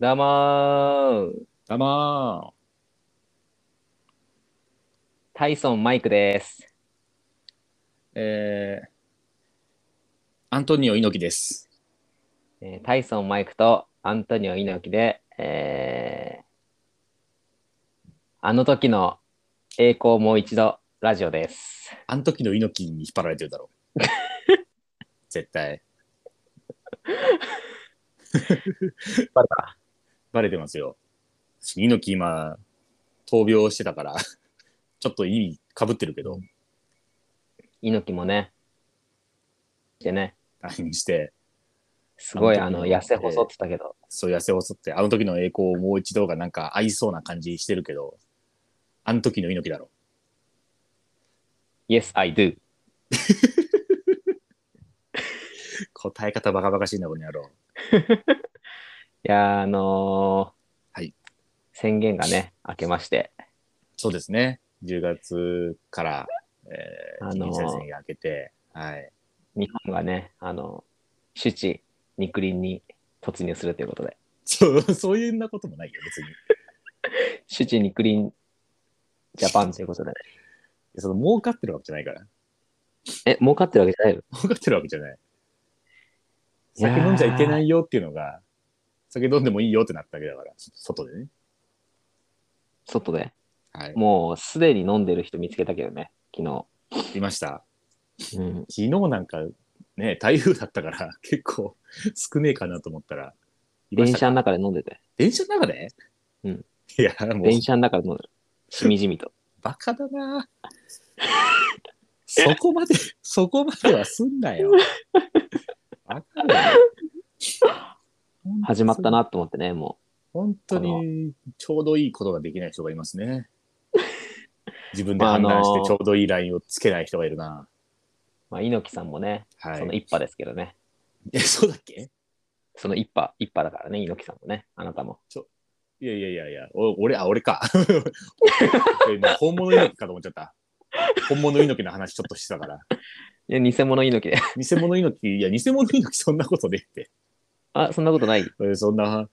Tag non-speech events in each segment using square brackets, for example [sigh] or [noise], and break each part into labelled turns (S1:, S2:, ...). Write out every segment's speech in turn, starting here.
S1: どうもー
S2: どうも
S1: タイソンマイクです。
S2: ーえー、アントニオ猪木です。
S1: えータイソンマイクとアントニオ猪木で、えーあの時の栄光もう一度ラジオです。
S2: あの時の猪木に引っ張られてるだろう。 [laughs] 絶対。バレた。バレてますよ。猪木今、闘病してたから、ちょっと意味かぶってるけど、
S1: 猪木もね、でね、
S2: 退院して、
S1: すごい
S2: あ
S1: あ
S2: の
S1: の
S2: 時の
S1: 痩せ細ってたけど、
S2: そう痩せ襲って、あの時の栄光をもう一度がなんか合いそうな感じしてるけど、あの時の猪木だろ。
S1: Yes, I do.
S2: 答え方バカバカしいな、この野郎。
S1: いやー、あのー
S2: はい
S1: 宣言がね、明けまして、
S2: そうですね。10月から、えー、
S1: あ
S2: 緊
S1: のー
S2: 急事態宣言が明けて、はい。
S1: 日本がね、あの、主治、肉林に突入するということで。
S2: そう、 [laughs] そういうんなこともないよ、別に。
S1: 主治肉林ジャパンということで。
S2: その、儲かってるわけじゃないから。
S1: え、儲かってるわけじゃないの
S2: 儲かってるわけじゃない。
S1: いやー
S2: 酒飲んじゃいけないよっていうのが、酒飲んでもいいよってなったわけだから、外でね。
S1: 外で。
S2: はい。
S1: もうすでに飲んでる人見つけたけどね、昨
S2: いました。
S1: 日。うん。
S2: 昨日なんか、ね、台風だったから、 [laughs] 結構少ねえかなと思ったら、いま
S1: 電
S2: したか
S1: 車の中で飲んでて。
S2: 電車の中で
S1: うん。
S2: いや、もう、
S1: 電車の中で飲んでる。しみじみと。
S2: バカ
S1: [laughs]
S2: だな。そこまで、そこまではすんなよ。バカだよ
S1: [laughs] 始まった。なと思ってね、も
S2: 本当に、ちょうどいいことができない人がいま
S1: [laughs]
S2: すね。自分で判
S1: まああ
S2: 断
S1: の
S2: して
S1: ー
S2: ちょうどいいラインをつけない人がいるな。
S1: う。まあ、猪木さんもね、
S2: は
S1: その
S2: い。
S1: 一派ですけどね。
S2: え、そうだっけ
S1: その一派、一派だからね、猪木さんもね、あなたも。
S2: いやいやいやいや、お俺、あ、俺か。 [laughs] えもう本物猪木かと思っちゃった。本物猪木の話ちょっとしてたから。
S1: いや、偽物猪木で。 [laughs]
S2: 偽物猪木、いや、偽物猪木そんなことねえって。
S1: あ、そんなことない。
S2: えーそんな、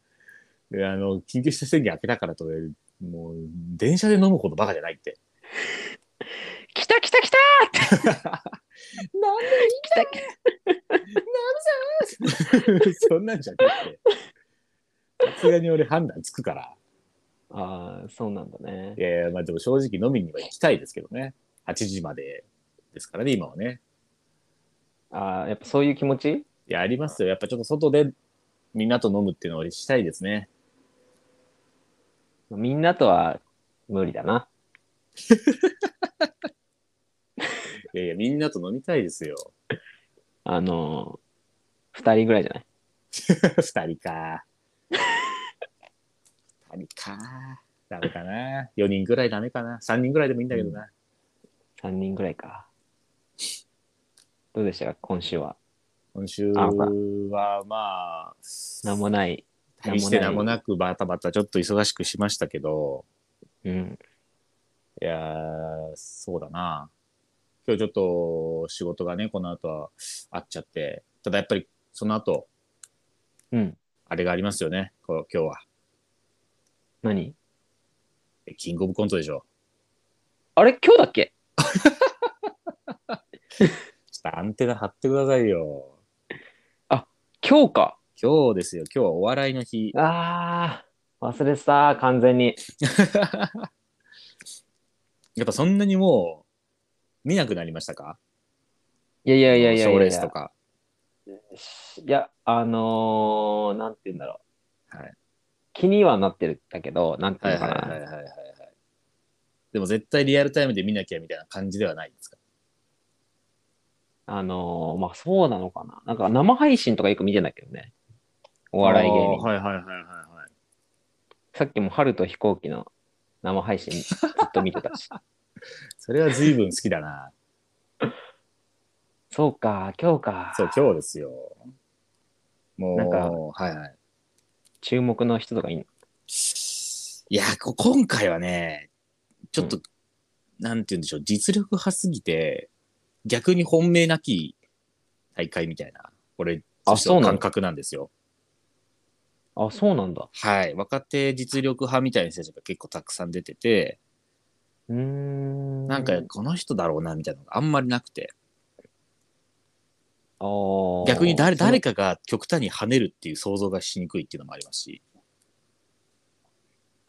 S2: えーあの、緊急事態宣言開けたからとね、もう、電車で飲むことバカじゃないって。 [laughs]
S1: 来た来た来 [laughs] た
S2: なんで
S1: 来た
S2: そんなんじゃなくて。さすがに俺判断つくから。
S1: ああ、そうなんだね
S2: い。やいやまあでも正直飲みには行きたいですけどね。8時までですからね、今はね。
S1: ああ、やっぱそういう気持ち
S2: いや、ありますよ。やっぱちょっと外でみんなと飲むっていうのは俺したいですね。
S1: みんなとは無理だな。
S2: いやいや、みんなと飲みたいですよ。 [laughs]
S1: あのー、二人ぐらいじゃない
S2: 二人か。二人か。ダメかな。四人ぐらいダメかな。三人ぐらいでもいいんだけどな。
S1: 三人ぐらいか。どうでしたか今週は。
S2: 今週
S1: あまあ
S2: はまあ、
S1: なんもない。
S2: 旅して名もなくバタバタちょっと忙しくしましたけど、
S1: うん。
S2: いやー、そうだな。今日ちょっと仕事がね、この後はあっちゃって、ただやっぱりその後、
S1: うん。
S2: あれがありますよね、こう今日は。
S1: 何
S2: キングオブコントでしょ。
S1: あれ今日だっけ
S2: ちょっとアンテナ張ってくださいよ。
S1: 今日か。
S2: 今日ですよ、今日はお笑いの日。
S1: あー、忘れてた、完全に。
S2: やっぱそんなにもう見なくなりましたか
S1: いやいやいやいやい
S2: 賞
S1: や
S2: レ
S1: い
S2: ースと
S1: や。
S2: か。
S1: いや、あのー、なんて言うんだろう。
S2: はい
S1: 気にはなってるんだけど、なんて
S2: はい
S1: 言う
S2: はい
S1: のかな。
S2: はいはいはいはい。でも絶対リアルタイムで見なきゃみたいな感じではないんですか
S1: あのー、まあそうなのかな。なんか生配信とかよく見てんだけどね。お笑い芸
S2: あ
S1: 人
S2: ー。はいはいはいはいはい。
S1: さっきも春と飛行機の生配信ずっと見てたし。
S2: それは随分好き
S1: [laughs]
S2: だな。
S1: そうか、今日か。
S2: そう、今日ですよ。もう、
S1: なんか
S2: はいはい。
S1: 注目の人とかいんの
S2: いや、こ今回はね、ちょっと、なんて言うんでしょう、実力派すぎて、逆に本命なき大会みたいな、これ、
S1: あそうなの
S2: 感覚なんですよ。
S1: あ、そうなんだ。
S2: はい。若手実力派みたいな選手が結構たくさん出てて、
S1: うーん。
S2: なんかこの人だろうなみたいなのがあんまりなくて、
S1: あー
S2: 逆に誰
S1: その
S2: 誰かが極端に跳ねるっていう想像がしにくいっていうのもありますし、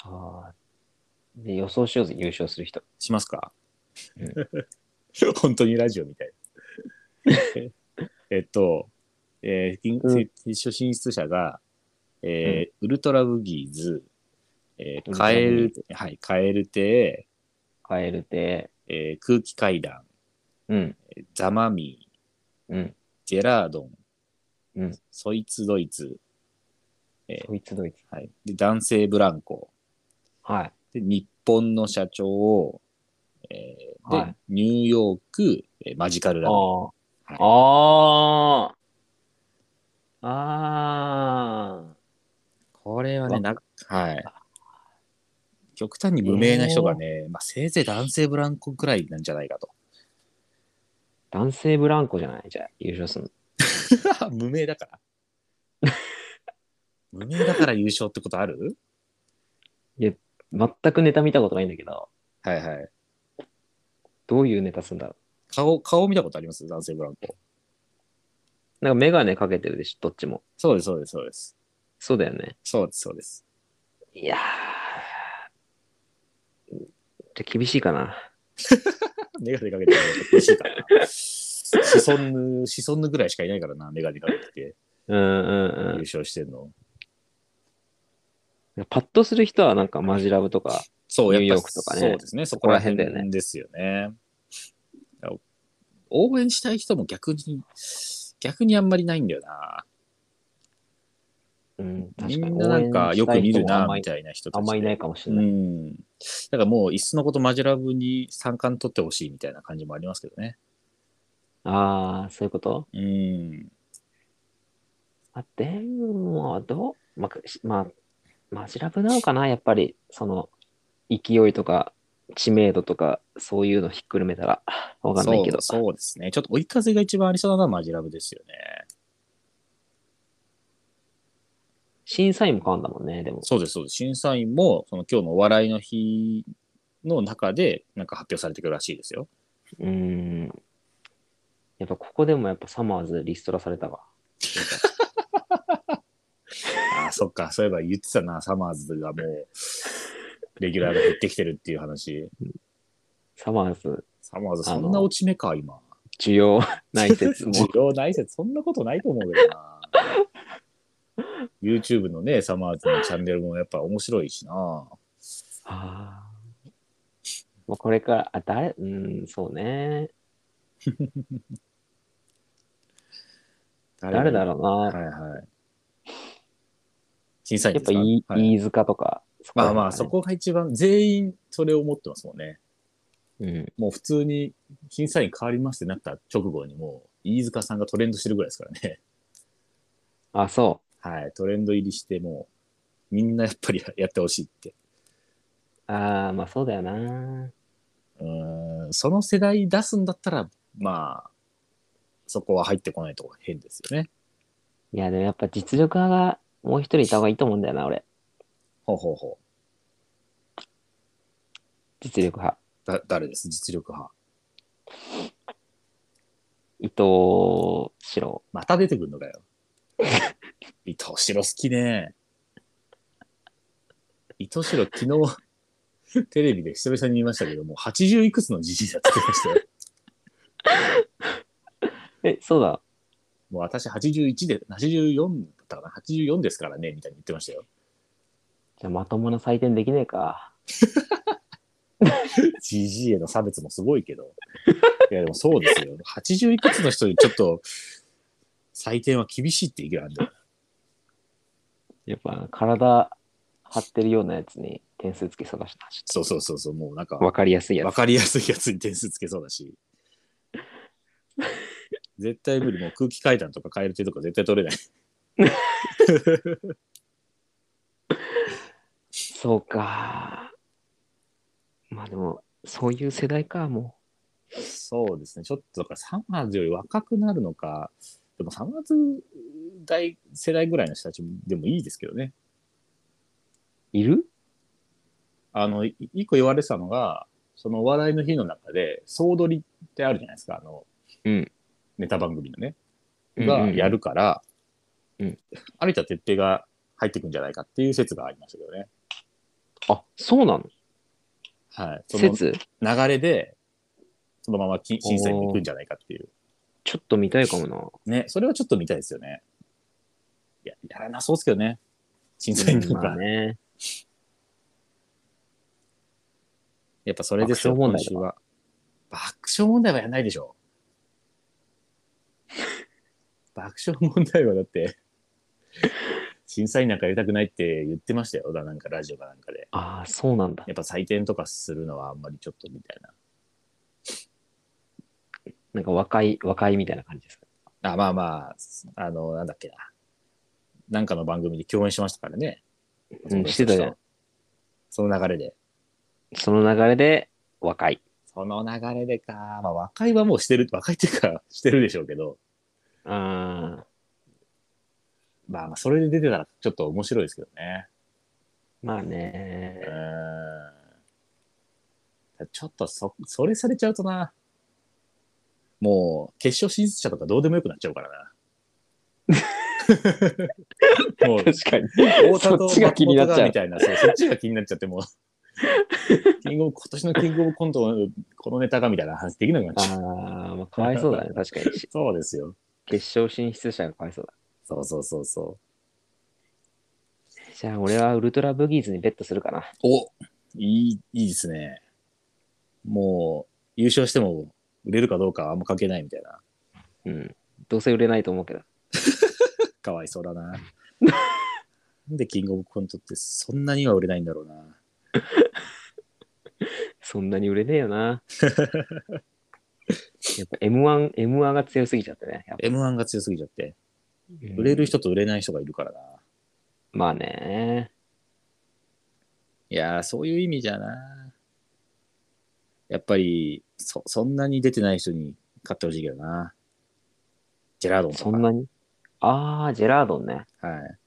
S1: あーで予想しようぜ、優勝する人。
S2: しますか、
S1: う
S2: [laughs] 本当にラジオみたい。 [laughs] えっと、えー、金
S1: うん
S2: 決勝進出者が、えーウルトラブギーズ、えー
S1: ウルトラ
S2: カ
S1: ブギ
S2: エ
S1: ー
S2: ル、はい、カエルテ、
S1: カエルテ、
S2: えー空気階段、
S1: うん、
S2: ザマミー、
S1: うん、
S2: ジェラードン、
S1: うん。
S2: そいつドイツ、え
S1: ドイツ、ドイツ。
S2: はい、で男性ブランコ、
S1: はい。
S2: で日本の社長、えーで
S1: はい
S2: ニューヨーク、えーマジカル
S1: あ
S2: ラブリー
S1: ー
S2: はい
S1: あー。あー。
S2: これはね、
S1: わ
S2: なはい。極端に無名な人がね、まあ、せいぜい男性ブランコくらいなんじゃないかと。
S1: 男性ブランコじゃないじゃあ、優勝するの。
S2: 無名だから。 [laughs] 無名だから優勝ってことある
S1: 全くネタ見たことないんだけど、
S2: はいはい。
S1: どういうネタするんだろ
S2: 顔、顔見たことあります男性ブランコ。
S1: う。なんかメガネかけてるでしょ、どっちも。
S2: そうです、そうです、そうです。
S1: そうだよね。
S2: そうです、そうです。
S1: いやー。じゃあ厳しいかな。
S2: メガネかけてるのちょっと嬉しいからな。シソンヌ、シソンヌぐらいしかいないからな、メガネかけてて
S1: うんうん
S2: 優
S1: うん
S2: 勝してんの。。
S1: パッとする人はなんかマジラブとか、
S2: そう、やっぱ
S1: ニューヨークとかね
S2: そうですね、そ
S1: こ
S2: こら
S1: ら辺
S2: 辺
S1: だよね
S2: ですよね。だから応援したい人も逆に、逆にあんまりないんだよな。
S1: うん、
S2: みんななんかよく見るな、み
S1: い
S2: たいな人たち
S1: あ
S2: で。
S1: んまいないかもしれ
S2: う
S1: ない。
S2: ん。だからもう、いっそのことマジラブに三冠取ってほしいみたいな感じもありますけどね。
S1: ああ、そういうこと
S2: うん。
S1: あでも、どう、まあ、しまあ、マジラブなのかなやっぱり、その、勢いとか、知名度とか、そういうのひっくるめたら、わかんないけど。
S2: そう。そうですね。ちょっと追い風が一番ありそうなのはマジラブですよね。
S1: 審査員も変わんだもんね、でも。
S2: そうです、そうです。審査員も、その今日のお笑いの日の中で、なんか発表されてくるらしいですよ。
S1: うーん。やっぱここでもやっぱサマーズリストラされたわ。
S2: ああ、そっか。そういえば言ってたな、サマーズがもう、レギュラーが減ってきてるっていう話。
S1: サマーズ
S2: サマーズ、
S1: あ
S2: そ
S1: の
S2: んな落ち目か、今。
S1: 需要ない説も
S2: [laughs] 需。要ない説、そんなことないと思うけどな。YouTube のね、サマーズのチャンネルもやっぱ面白いしな。
S1: ああ。もうこれから、あ、誰、うん、そうね。誰だろうな。
S2: はいはい。審査員
S1: や
S2: で
S1: っ
S2: す
S1: ぱ
S2: か
S1: い、
S2: はい
S1: 飯塚とか。そこ
S2: ま
S1: ら
S2: あ
S1: 辺
S2: まあ、そこが一番、全員それを持ってますもんね。
S1: うん。
S2: もう普通に審査員変わりますってなった直後にもう、飯塚さんがトレンドしてるぐらいですからね。
S1: あ、そ
S2: はい、トレンド入りしてもう、みんなやっぱりやって [laughs] ほしいって。
S1: う。ああ、まあそうだよな。
S2: うーん、その世代出すんだったら、まあ、そこは入ってこないと変ですよね。
S1: いや、でもやっぱ実力派がもう一人いた方がいいと思うんだよな、俺。
S2: ほうほうほ
S1: 実力派。
S2: う。だ誰です実力派。
S1: 伊藤四郎。
S2: また出てくるのかよ。伊藤四郎好きね。伊藤四郎昨日、テレビで久々に見ましたけども、80いくつのじじいだって言ってましたよ。
S1: え、そうだ。
S2: もう私81で、84だったかな ?84 ですからね、みたいに言ってましたよ。
S1: じゃあまともな採点できねえか。
S2: じじいへの差別もすごいけど。いや、でもそうですよ。80いくつの人にちょっと、採点は厳しいって意見あるんだよ。
S1: やっぱ体張ってるようなやつに点数付け探した。ちょ
S2: そうそうそうそう、もうなんか
S1: っと、わかりやすいや
S2: わ
S1: つ。
S2: かりやすいやつに点数つけそうだし。絶対無理、もう空気階段とか蛙亭とか絶対取れない。
S1: そうか。まあでも、そういう世代か、も
S2: そうですね、ちょっとだからサマーズより若くなるのか、でも3月代世代ぐらいの人たちでもいいですけどね。
S1: いる
S2: あの、い一個言われてたのが、そのお笑いの日の中で、総取りってあるじゃないですか、あの、
S1: うん
S2: ネタ番組のね、
S1: うん
S2: がやるから、
S1: うん
S2: 有田哲平が入ってくんじゃないかっていう説がありましたけどね。
S1: あ、そうなの
S2: はい。その
S1: 説
S2: 流れで、そのままき審査に行くんじゃないかっていう。
S1: ちょっと見たいかもな。
S2: ね、それはちょっと見たいですよね。いや、やらなそうですけどね。審査員なん
S1: ま
S2: か
S1: あ、ね。
S2: やっぱそれですよ、
S1: 爆笑問
S2: 今
S1: 題と
S2: 週は。爆笑問題はやんないでし [laughs] ょ。爆笑問題はだって、審査員なんかやりたくないって言ってましたよ。だなんかラジオかなんかで。
S1: ああ、そうなんだ
S2: や。っぱ採点とかするのはあんまりちょっとみたい
S1: なんか若い、若いみたいな感じですか。
S2: な。あ、まあまあ、あの、なんだっけな。なんかの番組で共演しましたからね。
S1: うんしてたじゃん。
S2: その流れで。
S1: その流れで若い。
S2: その流れでか。まあ、若いはもうしてる、若いっていうか、してるでしょうけど、
S1: ああ、
S2: まあまあ、それで出てたらちょっと面白いですけどね。
S1: まあ
S2: う
S1: ね。
S2: ーん。ちょっとそ、それされちゃうとな、もう、決勝進出者とかどうでもよくなっちゃうから
S1: [laughs]
S2: な。もう、
S1: 確かに。
S2: 太田
S1: そ
S2: と
S1: っちが気になっちゃう
S2: 松本がみたいな、そうそっちが気になっちゃって、もう、キングオブ今年のキングオブコントのこのネタがみたいな話できなくなっちゃう。
S1: ああ、まあ、かわいそうだね。確かに。し
S2: そうですよ。
S1: 決勝進出者がかわいそうだ。
S2: そうそうそうそう。
S1: じゃあ、俺はウルトラブギーズにベットするかな。
S2: おいい、いいですね。もう、優勝しても売れるかどうかはあんま関係ないみたいな。
S1: うん。どうせ売れないと思うけど。
S2: かわいそうだな。なんでキングオブコントってそんなには売れないんだろうな。
S1: そんなに売れねえよ
S2: [laughs]
S1: な。やっぱ M1、M1 が強すぎちゃってね。やっぱ
S2: M1 が強すぎちゃって。売れる人と売れない人がいるからな。
S1: うんまあね。
S2: いやー、そういう意味じゃな。やっぱり、そ、そんなに出てない人に勝ってほしいけどな。ジェラードンとか。
S1: そんなにああ、ジェラードンね。
S2: はい。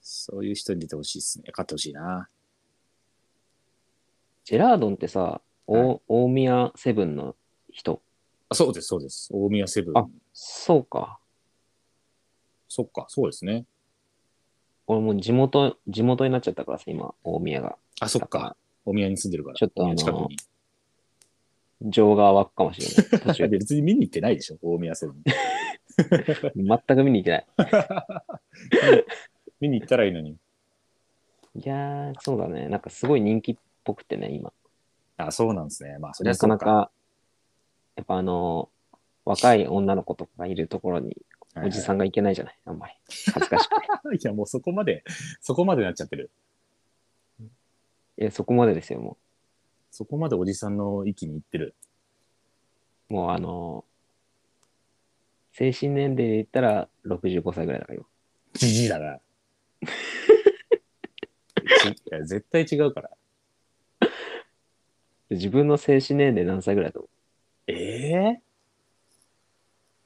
S2: そういう人に出てほしいですね。勝ってほしいな。
S1: ジェラードンってさ、お大宮セブンの人。
S2: あそうです、そうです。大宮セブン。
S1: あそうか。
S2: そっか、そうですね。
S1: 俺もう地元、地元になっちゃったからさ、今、大宮が。
S2: あ、そっか。大宮に住んでるから。
S1: ちょっと
S2: 大宮近く
S1: あの
S2: に。
S1: 情が湧くかもしれない。途
S2: いや [laughs]
S1: 中で
S2: 別に見に行ってないでしょ、大宮セブン。
S1: 全く見に行けない。
S2: 見に行ったらいいのに。
S1: いやー、そうだね。なんかすごい人気っぽくてね、今。
S2: あ、そうなんですね。まあ、そりゃ
S1: な
S2: そ
S1: か
S2: うか。
S1: なか、やっぱあのー若い女の子とかがいるところに、おじさ
S2: ん。
S1: んがいけないじゃない、あんまり。恥ずか [laughs] しくて。
S2: [laughs] いや、もうそこまで、そこまでなっちゃってる。
S1: いや、そこまでですよ、も
S2: そこまでおじさんの域に行ってる。
S1: う。もうあのー精神年齢で言ったら65歳ぐらいだから、今
S2: じ [laughs] じいだな。ちいや絶対違うから。
S1: で自分の精神年齢何歳ぐらいだと思う
S2: ええ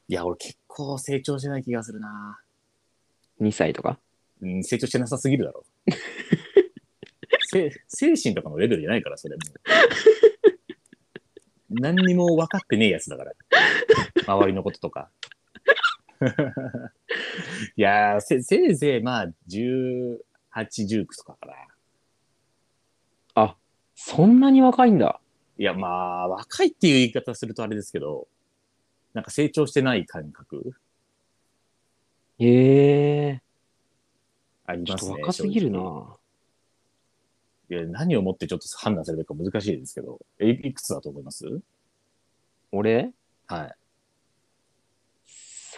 S2: いや、俺結構成長してない気がするな。
S1: 2歳とか
S2: うん、成長してなさすぎるだ
S1: [laughs]
S2: ろ。せ精神とかのレベルじゃないから、それも
S1: [laughs]
S2: う。何にも分かってねえやつだから。周りのこととか。 [laughs] いやーせ、せいぜいまあ、18、19とかかな。
S1: あ、そんなに若いんだ。
S2: いや、まあ、若いっていう言い方するとあれですけど、なんか成長してない感覚
S1: へえ
S2: あ
S1: ー、
S2: り
S1: ちょ
S2: ま
S1: っ
S2: す
S1: と
S2: ね。
S1: 若すぎるな。
S2: 正直いや、何をもってちょっと判断されるか難しいですけど、えいくつだと思います
S1: 俺
S2: はい。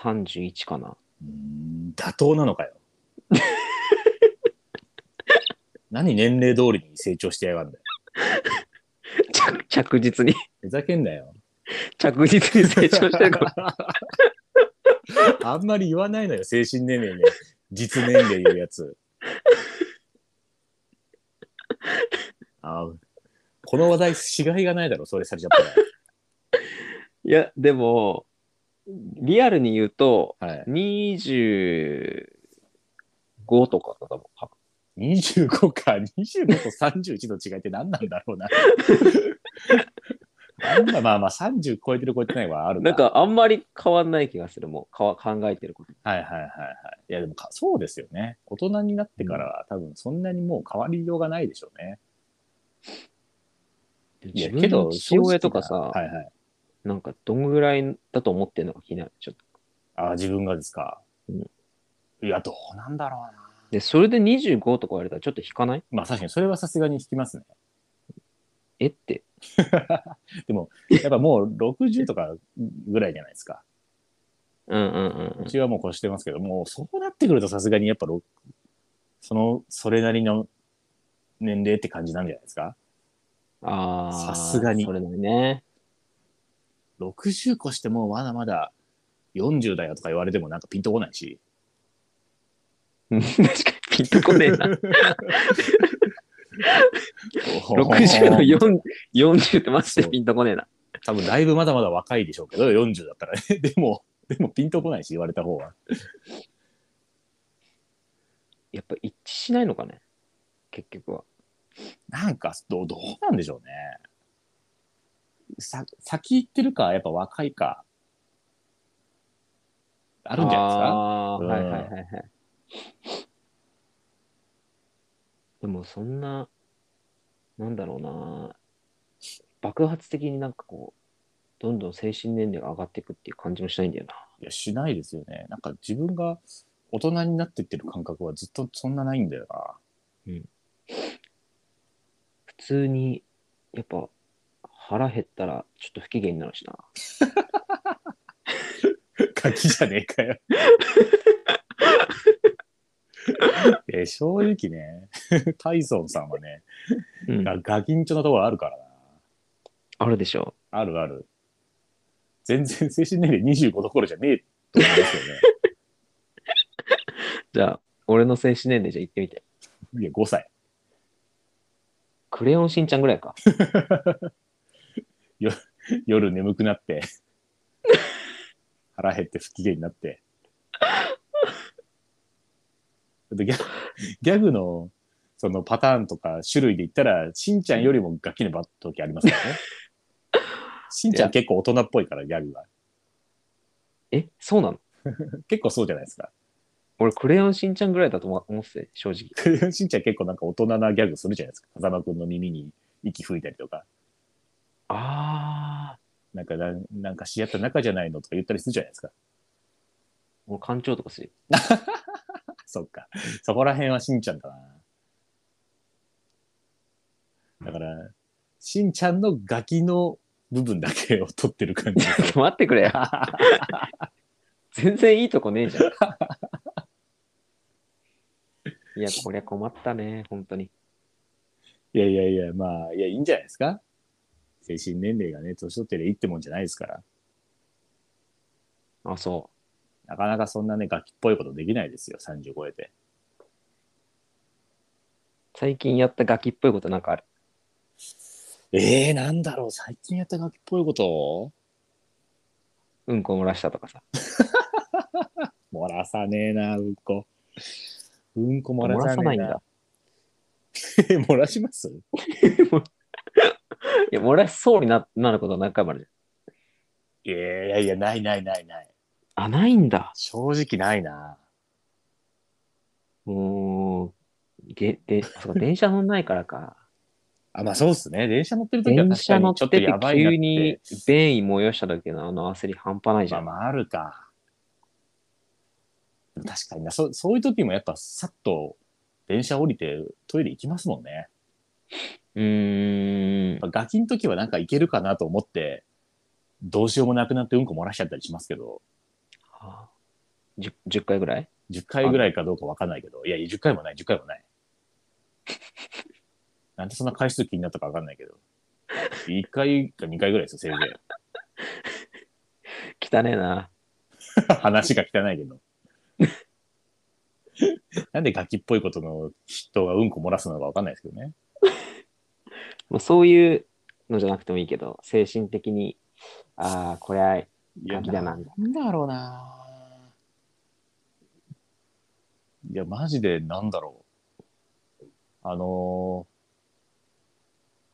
S1: 31かな。
S2: うーん妥当なのかよ。 [laughs] 何年齢通りに成長してやがんだよ。
S1: 着 [laughs] 着実に、
S2: ふざけんなよ。
S1: 着実に成長してる [laughs] から。
S2: [laughs] あんまり言わないのよ、精神年齢に。実年齢いうやつ。あこの話題、しがいがないだろ、それされちゃった
S1: い
S2: ら。
S1: や、でも、リアルに言うと、
S2: はい。
S1: 25とかだと思う多分。
S2: 25か、25と31の違いって何なんだ
S1: [laughs]
S2: ろうな。なんだまあまあ30超えてる超えてないはある
S1: なん、かあんまり変わんない気がする、もうかわ考えてること。
S2: はいはいはいはい。いやでもかそうですよね。大人になってからは多分そんなにもう変わりようがないでしょうね。い
S1: 自
S2: や、
S1: 分
S2: けど、
S1: の父親とかさ、
S2: 正直なはいはい。
S1: なんかどんぐらいだと思ってるのか気になる。ちょっと。
S2: ああ、自分がですか。
S1: うん
S2: いや、どうなんだろうな。
S1: で、それで25とか言われたらちょっと引かない
S2: まあ確かにそれはさすがに引きますね。 [laughs]
S1: えって。
S2: でも、やっぱもう60とかぐらいじゃないですか。
S1: うんうんうんう。
S2: うんちはもう越してますけど、もうそうなってくるとさすがにやっぱろその、それなりの年齢って感じなんじゃないですか。
S1: ああ、
S2: さすがに
S1: それなりね。 [laughs]
S2: 60越してもまだまだ40だよとか言われてもなんかピンとこないし。
S1: うん確かにピンとこねえ
S2: [laughs]
S1: な。60の4 40ってマジでピンとこねえな。
S2: 多分だいぶまだまだ若いでしょうけど、40だったらね。 [laughs] でも、でもピンとこないし、言われた方は。
S1: やっぱ一致しないのかね結局は。
S2: なんかどう、どうなんでしょうね。さ、先行ってるか、やっぱ若いか。あ
S1: あ
S2: るんじゃないですか
S1: ああー、
S2: うん
S1: はいはいはいはい。でもそんな、なんだろうな。爆発的になんかこう、どんどん精神年齢が上がっていくっていう感じもしないんだよな。
S2: いや、しないですよね。なんか自分が大人になってってる感覚はずっとそんなないんだよな。
S1: 普通に、やっぱ腹減ったらちょっと不機嫌になるしな。
S2: ガキじゃねえかよ。え正直ね、タイソンさんはね、
S1: うん
S2: がガキンチョなところあるからな。
S1: あるでしょ
S2: あるある。全然精神年齢25どころじゃねえと思いますよ
S1: じゃあ、俺の精神年齢じゃ言ってみて。
S2: ね。いや、5歳。
S1: クレヨンしんちゃんぐらいか。
S2: 夜眠くなって、腹減って不機嫌になって。でギャギャグのそのパターンとか種類で言ったら、しんちゃんよりもガキのバット時ありますからね。しんちゃん結構大人っぽいから、ギャグが。
S1: え、そうなの
S2: 結構そうじゃないですか。 [laughs]
S1: 俺、クレヨンしんちゃんぐらいだと思思ってて、正直。
S2: しんちゃん結構なんか大人なギャグするじゃないですか。風間くんの耳に息吹いたりとか、
S1: あ
S2: なんかなんなんか知り合った仲じゃないのとか言ったりするじゃないですか。
S1: ー、もう館長とかするよ。
S2: [laughs] そっか。そこら辺はしんちゃんだな。だから、しんちゃんのガキの部分だけを取ってる感 [laughs] じ。
S1: ちょっと [laughs] 待ってくれよ。全然いいとこねえじゃ
S2: [laughs]
S1: ん。いや、こりゃ困ったね、本当に。
S2: いやいやいや、まあ、いや、いいんじゃないですか精神年齢がね、年取ってりゃいいってもんじゃないですから。
S1: あ、そ
S2: なかなかそんなね、ガキっぽいことできないですよ、30超えて。
S1: う。最近やったガキっぽいことなんかある。
S2: ええー、なんだろう、最近やったガキっぽいこと
S1: うんこ漏らしたとかさ。
S2: 漏らさねえな、うんこ。うんこ漏
S1: 漏
S2: ら
S1: らさ
S2: さ
S1: な
S2: ねえ
S1: いん
S2: な
S1: だ。。
S2: え [laughs] 漏らします
S1: いや、漏らしそうにななること何回もあるじ
S2: いやいやいや、ないないないない。
S1: ゃん。あ、ないんだ。
S2: 正直ないな。
S1: もう、げでそうか電車乗んないからか。
S2: あ、まあそうっすね。電車乗ってる [laughs] 時は
S1: 電
S2: 確か
S1: 車乗っ
S2: にちょ
S1: て
S2: っと
S1: て
S2: やばいな
S1: 急
S2: って。
S1: に便意催した時のあの焦り半端ないじゃ
S2: まあ
S1: ん。
S2: まああるか。確かにな。そそういう時もやっぱさっと電車降りてトイレ行きますもんね。
S1: うーん。
S2: やっぱガキの時はなんか行けるかなと思って、どうしようもなくなってうんこ漏らしちゃったりしますけど、
S1: あ 10, 10回ぐらい [laughs]
S2: 10回ぐらいかどうかわかんないけど、いやいや、10回もない、10回もない。なんでそんな回数気になったかわかんないけど。1回か2回ぐらいですよ、せいぜい。
S1: 汚ねえな。
S2: 話が汚いけど。 [laughs] なんでガキっぽいことの人がうんこ漏らすのかわかんないですけどね。
S1: もうそういうのじゃなくてもいいけど、精神的に、ああ、これは
S2: いや、
S1: 感じだな。
S2: なんだろうな。いや、マジでなんだろう。あのー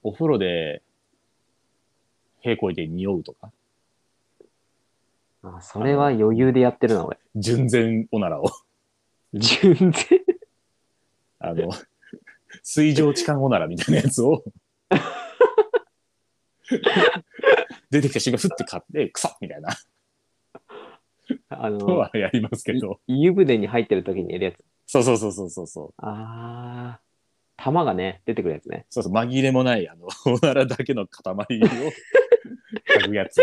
S2: お風呂で、屁こいて匂うとか、
S1: あそれは余裕でやってるな、俺。
S2: 純然おならを、
S1: 純然。
S2: あの、水上痴漢おならみたいなやつを、出てきた瞬間、ふって買って、くさっみたいな
S1: [laughs] あ
S2: の
S1: の、
S2: はやりますけど、
S1: 湯船に入ってる時にやるやつ。
S2: そうそうそうそうそうそう、
S1: あー、玉がね、出てくるやつね。
S2: そうそう、紛れもない、あの、おならだけの塊を嗅ぐやつ。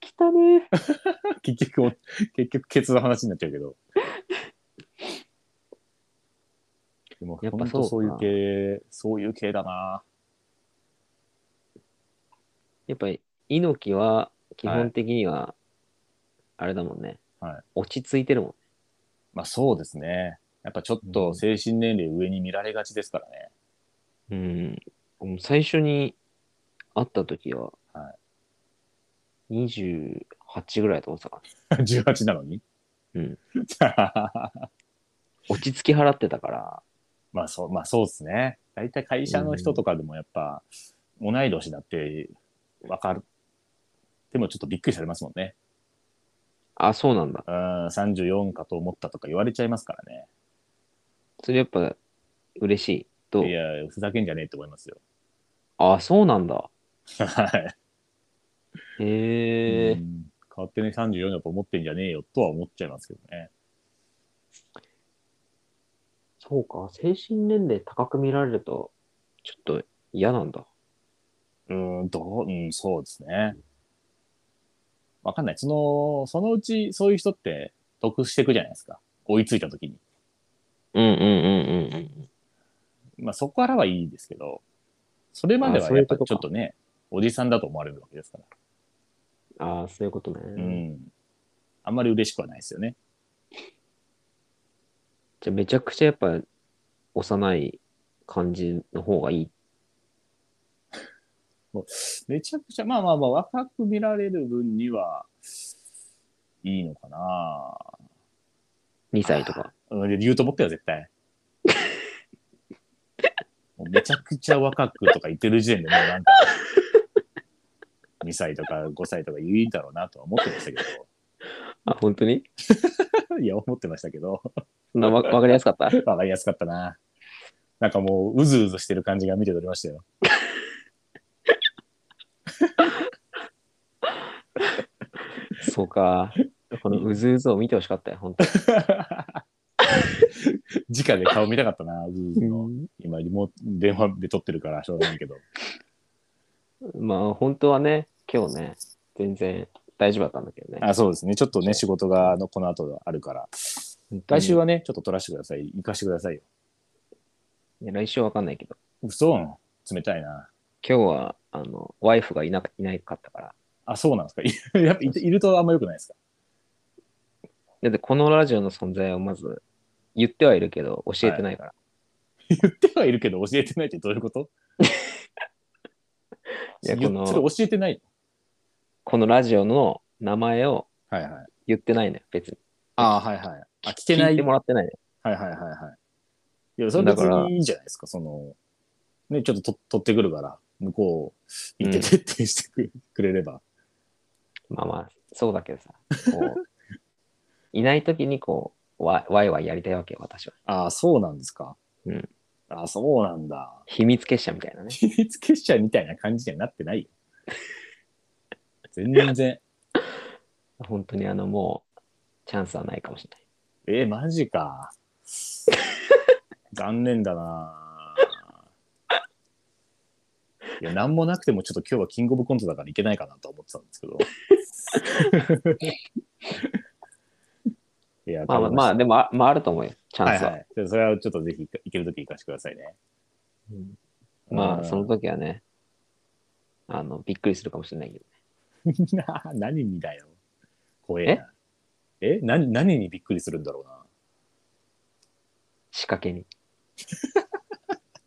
S1: 来たねー。
S2: 結局お、結局、ケツの話になっちゃうけど。でも、
S1: やっぱ
S2: ほんと
S1: そ
S2: そうう
S1: か
S2: いう系、そういう系だな。
S1: やっぱり、猪木は基本的には、あれだもんね、
S2: はい
S1: 落ち着いてるもん。
S2: まあそうですね。やっぱちょっ
S1: う
S2: と
S1: ん
S2: 精神年齢上に見られがちですからね。
S1: うん、最初に会った時は、
S2: は
S1: 28ぐらいだと思ってたから、
S2: [laughs] 18なのに。
S1: うん。
S2: ま
S1: 落ち着き払ってたから、
S2: あそう、 [laughs] まあそうですね。大体会社の人とかでもやっぱ、同い年だって分かる。でもちょっとびっくりされますもんね。
S1: あ、そうなんだ。
S2: うん、34かと思ったとか言われちゃいますからね。
S1: それやっぱ嬉しい。と
S2: い、や、ふざけんじゃねえって思いますよ。
S1: あ、そうなんだ。
S2: は
S1: [laughs]
S2: い。
S1: へえ、
S2: うん勝手に34だと思ってんじゃねえよとは思っちゃいますけどね。
S1: そうか。精神年齢高く見られると、ちょっと嫌なんだ。
S2: うーん、どう、うん、そうですね。わかんない。その、そのうちそういう人って得していくじゃないですか。追いついた時に。
S1: うんうんうんうんうん。
S2: まあそこからはいいですけど、それまで
S1: あ
S2: は
S1: そうい
S2: や
S1: う
S2: っ
S1: こ
S2: ぱ
S1: とか
S2: ちょっとね、おじさんだと思われるわけですから。
S1: ああ、そういうことね。
S2: うん。あんまり嬉しくはないですよね。
S1: じゃあめちゃくちゃやっぱ幼い感じの方がいい。
S2: めちゃくちゃ、まあまあまあ若く見られる分には、いいのかな
S1: 2歳とか。
S2: うん、言うと思ったよ、絶 [laughs] 対。もうめちゃくちゃ若くとか言ってる時点でもうなんか、2歳とか5歳とか言うんだろうなとは思ってましたけ
S1: [laughs] あ、本当に
S2: [laughs] ど、いや、思ってましたけど、
S1: そんなわわかりやすか [laughs] った
S2: わかりやすかったな。なんかもう、うずうずしてる感じが見て取れましたよ。 [laughs]
S1: そうか。このうずうずを見てほしかったよ、本当に。
S2: 直で顔見たかったな、うずうずの。今、リモ電話で撮ってるからしょうがないけど。
S1: まあ、本当はね、今日ね、全然大丈夫だったんだけどね。
S2: あ、そうですね。ちょっとね、仕事があのこの後あるから、来週はね、ちょっと撮らせてください。行かせてくださいよ。
S1: いや来週はわかんないけど、
S2: 嘘冷たいな。
S1: 今日は、あの、ワイフがいなくいないかったから。
S2: あ、そうなんですか。い [laughs] やっぱいいるとあんま良くないですか。
S1: だって、このラジオの存在をまず言ってはいるけど、教えてないから。
S2: 言ってはいるけど教えてないってどういうこと
S1: いや
S2: 言っ
S1: この
S2: それ教えてない。
S1: このラジオの名前を
S2: はいはい。
S1: 言ってないのよ、別に。
S2: あはいはい。あ、聞けな
S1: 聞いて
S2: い。はい
S1: もらってないのよ。
S2: はいはいはい。いや、それ別
S1: だから
S2: にいいじゃないですか。その、ね、ちょっとと取ってくるから、向こう行って徹底してく,、くれれば。
S1: まあまあ、そうだけどさ。こう [laughs] いないときに、こう、わワイワイやりたいわけよ、私は。
S2: ああ、そうなんですか。
S1: うん。
S2: あそうなんだ。
S1: 秘密結社みたいなね。
S2: 秘密結社みたいな感じにはなってない
S1: [laughs]
S2: よ。全然。
S1: 本当にあの、もう、チャンスはないかもしれない。
S2: えー、マジか。 [laughs] 残念だな。いや、なんもなくても、ちょっと今日はキングオブコントだからいけないかなとは思ってたんですけど。 [laughs] いや、
S1: まあまあ、まあ、でもあ、まあ、あると思うよ、チ
S2: は
S1: ャン
S2: い
S1: スは。
S2: はい。でそれはちょっとぜひ、行けるとき行かせてくださいね。
S1: うんま
S2: う
S1: あ、
S2: ん
S1: その時はね、あの、びっくりするかもしれないけど。
S2: な [laughs] 何にだよ。怖えな。え何何にびっくりするんだろうな。
S1: 仕掛けに。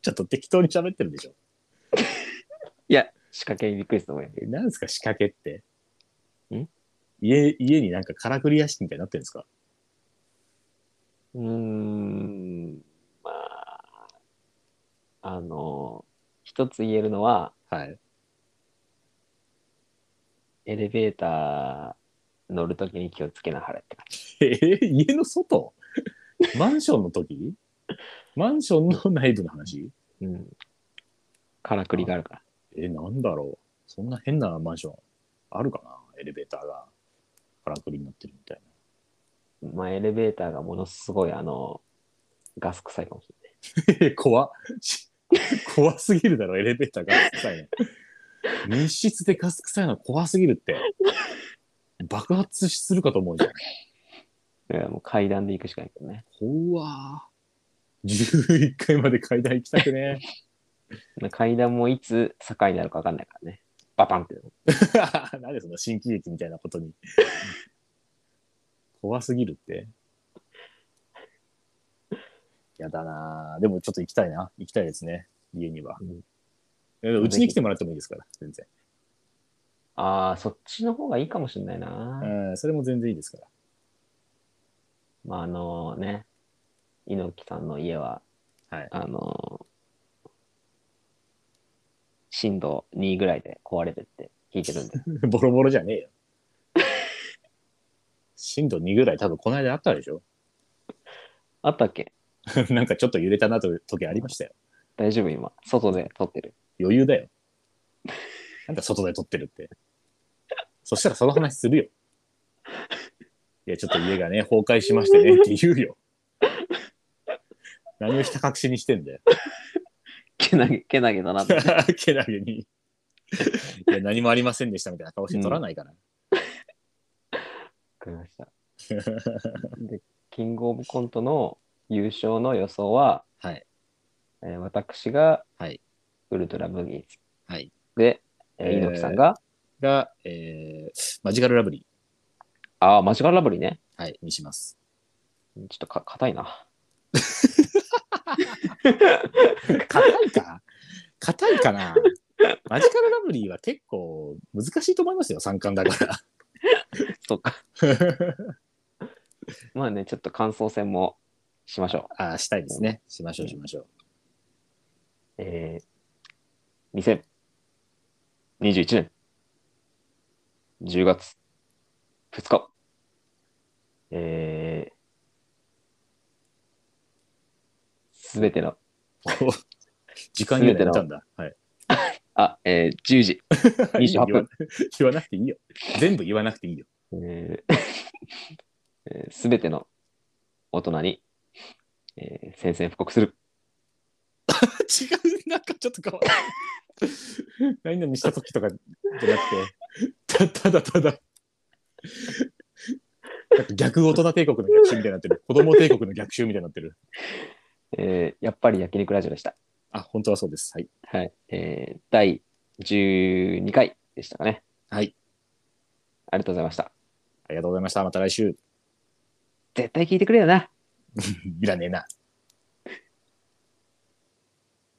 S2: ちょっと適当に喋ってるでしょ。
S1: いや、仕掛けにびっくりすると思うよ。
S2: え、何ですか仕掛けって。
S1: ん
S2: 家、家になんかからくり屋敷みたいになってるんですか
S1: うーん、まあ、あの、一つ言えるのは、
S2: はい。
S1: エレベーター乗るときに気をつけなはれって感じ。
S2: え [laughs] ー家の外マンションの時マンションの内部の話
S1: うん。からくりがあるから。
S2: えーなんだろうそんな変なマンションあるかなエレベーターがからくりになってるみたい
S1: まあ、エレベーターがものすごい、あの、ガス臭いかもしれない。
S2: な。えー怖っし怖すぎるだろ、エレベーターガス臭いの。密室でガス臭いの怖すぎるって。爆発するかと思うじゃん。
S1: だからもう階段で行くしかないけどね。
S2: [laughs] 怖11階まで階段行きたくね。
S1: 階段もいつ坂になるか分かんないからね。バパンって。
S2: [laughs] なんでその新喜劇みたいなことに。 [laughs] 怖すぎるって。やだなぁでもちょっと行きたいな。行きたいですね。家には。
S1: うん
S2: えうちに来てもらってもいいですから。全然。
S1: ああ、そっちの方がいいかもしれないな。
S2: うん、それも全然いいですから。
S1: まあ、あのね、猪木さんの家は、
S2: はい
S1: あの震度2ぐらいで壊れてって聞いてるん
S2: [laughs]
S1: で。
S2: ボロボロじゃねえよ。 [laughs] 震度2ぐらい多分この間あったでしょ [laughs]
S1: あったっけ
S2: なんかちょっと揺れたなという時ありましたよ。
S1: 大丈夫今。外で撮ってる。
S2: 余裕だよ。なんだ外で撮ってるって。そしたらその話するよ。いや、ちょっと家がね、崩壊しましてねって言うよ。何をひた隠しにしてんだよ。
S1: けなげ、けなげだ
S2: [laughs]
S1: なって。
S2: けなげに。いや、何もありませんでしたみたいな顔して撮らないから。
S1: わかりました。で、キングオブコントの優勝の予想は、
S2: はい。
S1: えー私が、
S2: はい
S1: ウルトラブギーズ。
S2: はい。
S1: で、えー
S2: えー
S1: 猪木さんが、
S2: が、えー、マジカルラブリ
S1: ああ、マジカルラブリーね。
S2: ー、はい、にします。
S1: ちょっとか、硬いな。
S2: 硬いか硬いかなマジカルラブリーは結構難しいと思いますよ、三冠だか
S1: そうか。
S2: ら。
S1: まあね、ちょっと感想戦もしましょう。
S2: ああ、したいですね。しましょう、しましょう。
S1: えー、2021年10月2日、えー、すべての、
S2: [laughs] 時間言うのたんだ。はい。
S1: あ、えー、10時28
S2: 言わ
S1: 分、
S2: 言わなくていいよ。全部言わなくていいよ。
S1: す、えー [laughs] えー、べ、ての大人に、えー、宣戦布告する。
S2: 違う、なんかちょっと変わる。 [laughs] 何々した時とかじゃなくて、たただただ。なんか逆大人帝国の逆襲みたいになってる。子供帝国の逆襲みたいになってる。
S1: えー、やっぱり焼肉ラジオでした。
S2: あ、本当はそうです。はい。
S1: はい。えー、第12回でしたかね。
S2: はい。
S1: ありがとうございました。
S2: ありがとうございました。また来週。
S1: 絶対聞いてくれよな。
S2: [laughs] いらねえな。